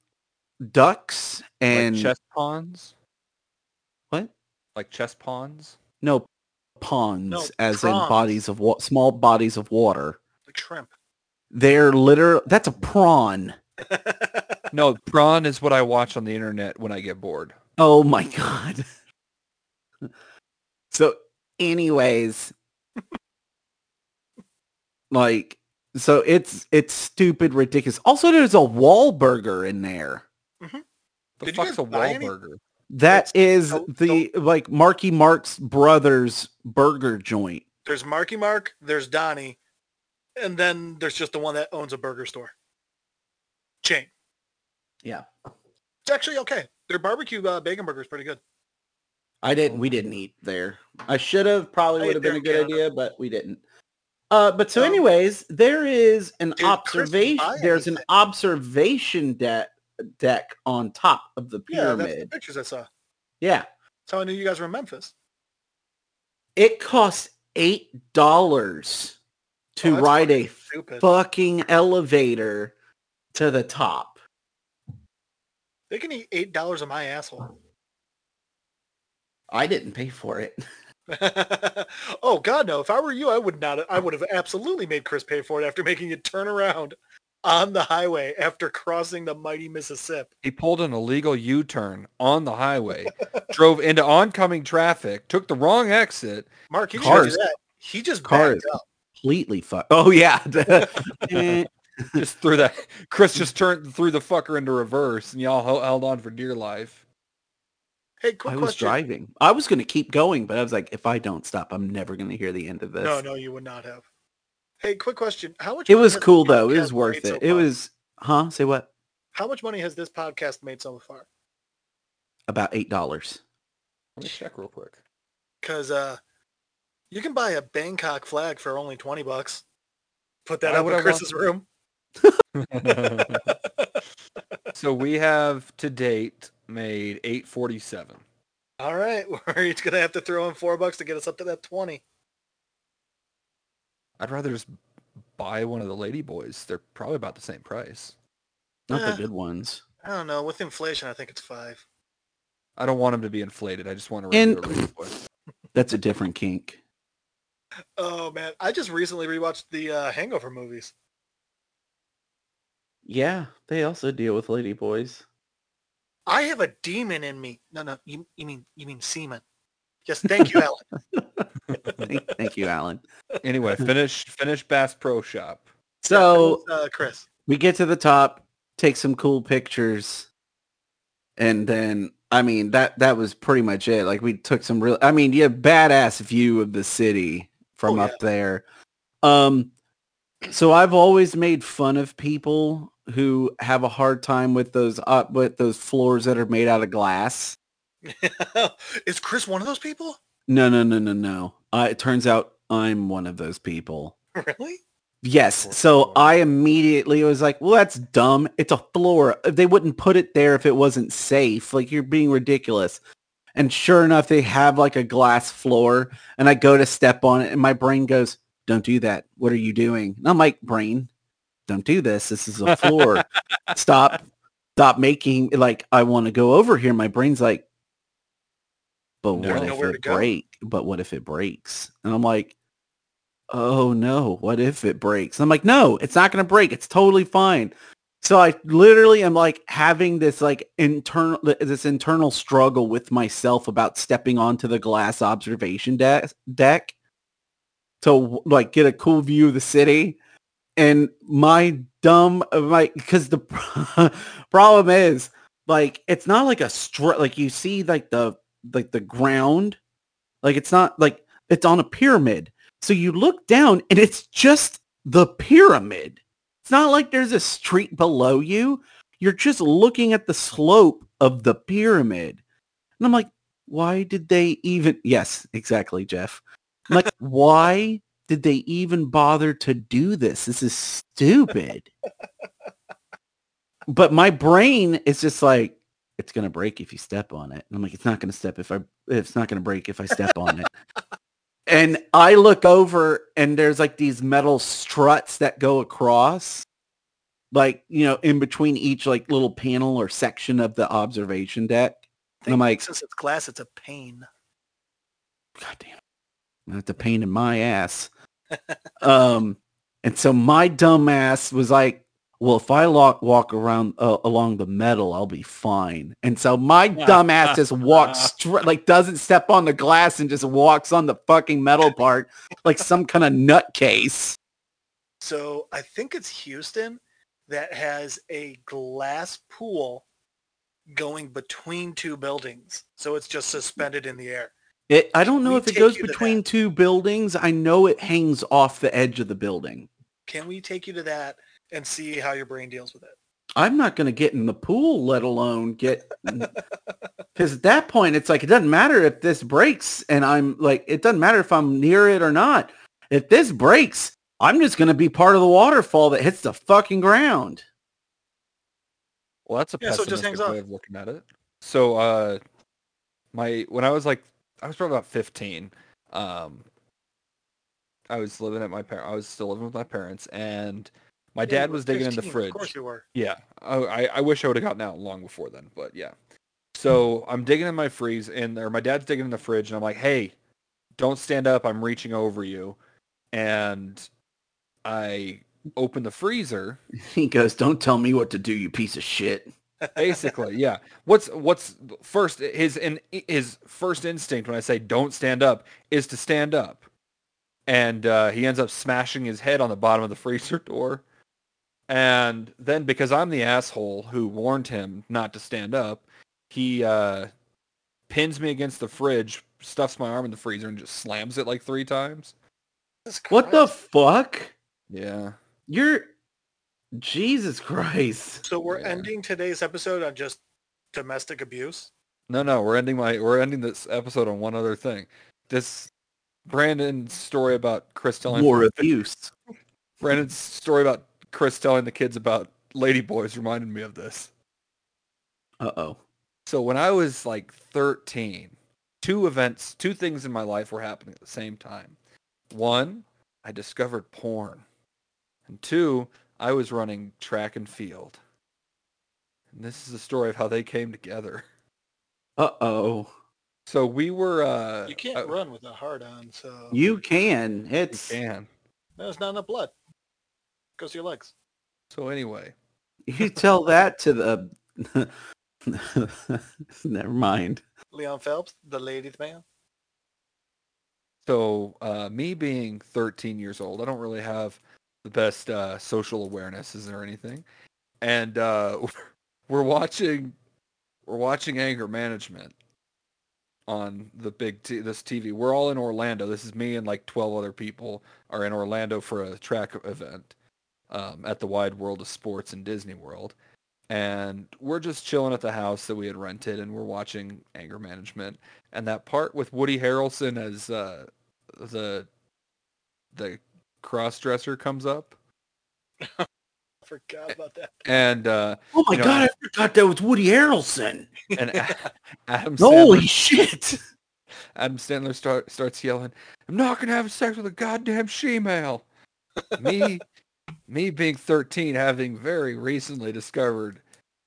ducks and
like chess pawns,
what?
like chess pawns.
No, ponds
No,
as in
prawns.
bodies of wa- small bodies of water.
Like shrimp.
They're literal. That's a prawn.
No, prawn is what I watch on the internet when I get bored.
Oh my god. So, anyways, like, so it's it's stupid, ridiculous. Also, there's a Wahlburger in there.
The
Did you
fuck's a
guys buy any-
Wahlburger?
That is
don't-
the like Marky Mark's brothers burger joint.
There's Marky Mark. There's Donnie. And then there's just the one that owns a burger store. Chain.
Yeah,
It's actually okay. Their barbecue uh, bacon burger is pretty good.
I didn't. We didn't eat there. I should have. Probably
I
would have
ate
been
there
a
in
good
Canada.
idea, but we didn't. Uh, but so,
Um,
anyways, there is an
Chris
observation.
buy
There's an
anything?
observation deck deck on top of the
Yeah, that's the
pyramid.
pictures I saw. That's
Yeah,
how I knew you guys were in Memphis.
it costs eight dollars
Oh,
to
that's
ride
fucking
a
Stupid.
fucking elevator to the top.
They can eat eight dollars of my asshole.
I didn't pay for it.
oh God, no! If I were you, I would not. I would have absolutely made Chris pay for it after making you turn around on the highway after crossing the mighty Mississippi.
He pulled an illegal U-turn on the highway, drove into oncoming traffic, took the wrong exit.
Mark, he didn't do
Cars.
that. He just
Cars.
backed up.
Completely fuck. Oh yeah. Eh.
Just threw that. Chris just turned threw the fucker into reverse, and y'all ho- held on for dear life.
Hey, quick
I was
question.
driving. I was going to keep going, but I was like, if I don't stop, I'm never going to hear the end of this.
No, no, you would not have. Hey, quick question. How much?
It
money
was
has
cool
this
though. It
podcast
was worth
made so
it. It
far?
was, huh? Say what?
How much money has this podcast made so far?
About eight dollars.
Let me check real quick.
Because uh, you can buy a Bangkok flag for only twenty bucks. Put that
Why
up
would I
in
want
Chris's room.
so we have to date made 847.
All right, we're each gonna have to throw in four bucks to get us up to that twenty.
I'd rather just buy one of the lady boys. They're probably about the same price.
Not
Eh.
the good ones.
I don't know. With inflation, I think it's five.
I don't want them to be inflated. I just want a
And-
regular lady boy.
That's a different kink.
Oh man, I just recently rewatched the uh, Hangover movies.
Yeah, they also deal with lady boys.
I have a demon in me. No, no, you, you mean you mean semen. Yes, thank you, Alan.
Thank, thank you, Alan.
Anyway, finish finish Bass Pro Shop.
So
uh, Chris,
we get to the top, take some cool pictures, and then I mean that that was pretty much it. Like we took some real I mean, yeah, badass view of the city from
Oh,
up there. Um so I've always made fun of people who have a hard time with those up with those floors that are made out of glass.
is Chris one of those people?
No, no, no, no, no. Uh, it turns out I'm one of those people.
Really?
Yes.
Floor-
So
floor.
I immediately was like, well, that's dumb. It's a floor. They wouldn't put it there if it wasn't safe. Like you're being ridiculous. And sure enough, they have like a glass floor and I go to step on it and my brain goes, don't do that. What are you doing? And I'm like, brain, don't do this. This is a floor. stop. Stop making like I want to go over here. My brain's like, but
There's
what if
nowhere to
it
go.
break? But what if it breaks? And I'm like, oh no, what if it breaks? I'm like, no, it's not going to break. It's totally fine. So I literally am like having this like internal this internal struggle with myself about stepping onto the glass observation de- deck to like get a cool view of the city and my dumb like because the problem is like it's not like a str like you see like the like the ground like it's not like it's on a pyramid so you look down and it's just the pyramid it's not like there's a street below you you're just looking at the slope of the pyramid and i'm like why did they even yes exactly jeff I'm like why did they even bother to do this? This is stupid. but my brain is just like, it's gonna break if you step on it. And I'm like, it's not gonna step if I it's not gonna break if I step on it. and I look over and there's like these metal struts that go across like, you know, in between each like little panel or section of the observation deck. And I'm like,
since it's glass, it's a pain.
God damn it. That's a pain in my ass. um, and so my dumb ass was like, well, if I lo- walk around uh, along the metal, I'll be fine. And so my dumb ass just walks straight, like doesn't step on the glass and just walks on the fucking metal part like some kind of nutcase.
So I think it's Houston that has a glass pool going between two buildings. So it's just suspended in the air.
It, I don't know
We
if it
take
goes
you to that.
between two buildings. I know it hangs off the edge of the building.
Can we take you to that and see how your brain deals with it?
I'm not going to get in the pool, let alone get. Because at that point, it's like, it doesn't matter if this breaks and I'm like, it doesn't matter if I'm near it or not. If this breaks, I'm just going to be part of the waterfall that hits the fucking ground.
Well, that's a
Yeah, so it just
pessimistic
hangs
way
off.
of looking at it. So, uh, my when I was like, I was probably about fifteen. Um, I was living at my par I was still living with my parents, and my
Yeah,
dad
you
was
were
digging in the
15, Of course
fridge.
you were.
Yeah, I, I I wish I would have gotten out long before then, but
Hmm.
yeah. So I'm digging in my freeze, and or my dad's digging in the fridge, and I'm like, "Hey, don't stand up! I'm reaching over you," and I open the freezer,
He goes, don't tell me what to do, you piece of shit.
basically yeah what's what's first his in his first instinct when i say don't stand up is to stand up and uh, he ends up smashing his head on the bottom of the freezer door and then because i'm the asshole who warned him not to stand up he uh, pins me against the fridge stuffs my arm in the freezer and just slams it like three times
Jesus
What the
Christ.
fuck?
yeah
You're. Jesus Christ.
so we're
Yeah.
ending today's episode on just domestic abuse.
No, no, we're ending my we're ending this episode on one other thing. This Brandon's story about Chris telling
War abuse.
Brandon's story about Chris telling the kids about ladyboys reminded me of this.
Uh-oh.
So when I was like 13, two events, two things in my life were happening at the same time. One, I discovered porn. And two, I was running track and field. And this is the story of how they came together.
Uh-oh.
So we were. Uh,
You can't
uh,
run with a heart on, so
You can. It's you,
man.
there's not enough blood. Goes to your legs.
So anyway,
tell that to the. Never mind.
Leon Phelps, the ladies man.
so uh, me being 13 years old, I don't really have the best uh, social awarenesses or anything, and uh, we're watching we're watching anger management on the big t- this TV. We're all in Orlando. This is me and like 12 other people are in Orlando for a track event um, at the Wide World of Sports in Disney World. And we're just chilling at the house that we had rented and we're watching anger management. And that part with Woody Harrelson as uh, the the cross-dresser comes up.
I forgot about that.
And uh,
Oh my
You know,
god! I forgot that was Woody Harrelson.
and A- Adam Sandler
Holy shit!
Adam Sandler start, starts yelling, I'm not going to have sex with a goddamn she-male. Me, me being 13, having very recently discovered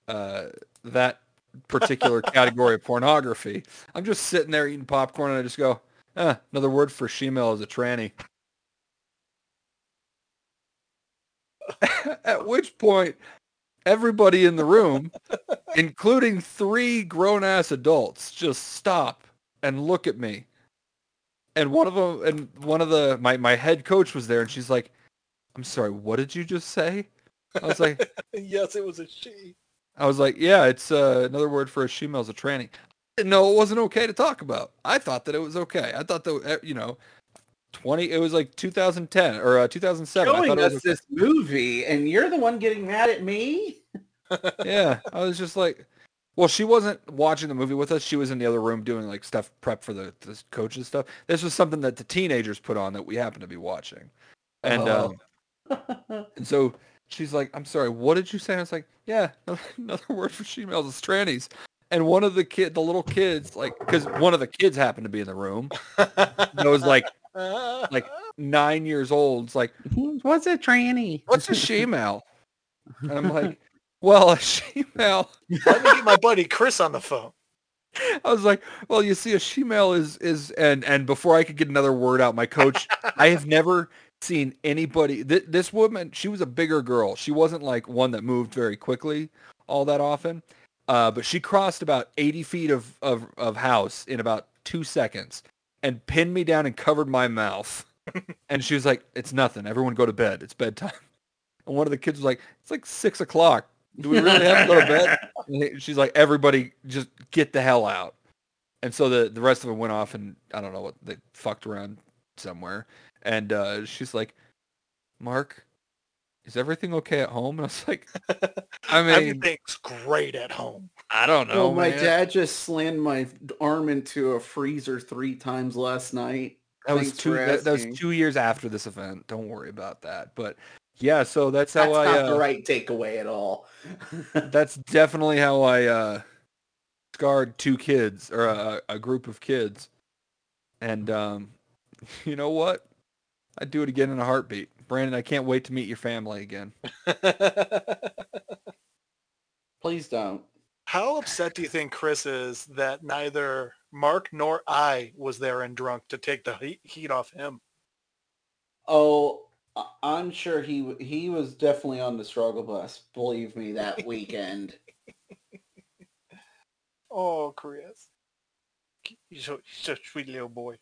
uh, that particular category of pornography, I'm just sitting there eating popcorn and I just go, eh, another word for she-male is a tranny. At which point, everybody in the room, including three grown-ass adults, just stop and look at me. And one of them, and one of the my my head coach was there, and she's like, "I'm sorry, what did you just say?" I was like,
yes, it was a she.
"I was like, yeah, it's uh, another word for a shemale's a tranny." I didn't know it wasn't okay to talk about. I thought that it was okay. I thought that uh, you know, twenty. It was like 2010 or uh, 2007. I
Showing
thought it
us
was
this movie, and you're the one getting mad at me.
yeah, I was just like, well, she wasn't watching the movie with us. She was in the other room doing like stuff prep for the, the coaches stuff. This was something that the teenagers put on that we happened to be watching, and
Oh.
um, and so she's like, I'm sorry, what did you say? And I was like, yeah, another word for females is trannies. And one of the kid, the little kids, like, because one of the kids happened to be in the room, that was like Like- nine years old. It's like,
What's a tranny?
what's a shemale? And I'm like, well, a shemale
let me get my buddy Chris on the phone.
I was like, well, you see, a shemale is is and and before I could get another word out, my coach, I have never seen anybody. Th- this woman, she was a bigger girl. She wasn't like one that moved very quickly all that often, uh, but she crossed about eighty feet of of of house in about two seconds and pinned me down and covered my mouth. and she was like, "It's nothing. Everyone go to bed. It's bedtime." And one of the kids was like, "It's like six o'clock. Do we really have to go to bed?" And he- she's like, everybody just get the hell out. And so the, the rest of them went off and I don't know what they fucked around somewhere. And uh, she's like, Mark, is everything okay at home? And I was like, I mean,
Everything's great at home.
I don't know.
Oh, my
man.
dad just slammed my arm into a freezer three times last night.
That was
Thanks
two.
for
That, that was
asking.
two years after this event. Don't worry about that. But yeah, so that's how
That's
I.
not
uh,
the right takeaway at all.
That's definitely how I uh, scarred two kids or a, a group of kids. And um, you know what? I'd do it again in a heartbeat. Brandon, I can't wait to meet your family again.
Please don't.
How upset do you think Chris is that neither Mark nor I was there and drunk to take the heat, heat off him?
Oh, I- I'm sure he w- he was definitely on the struggle bus. Believe me, that weekend.
Oh, Chris. He's a, he's a sweet little boy.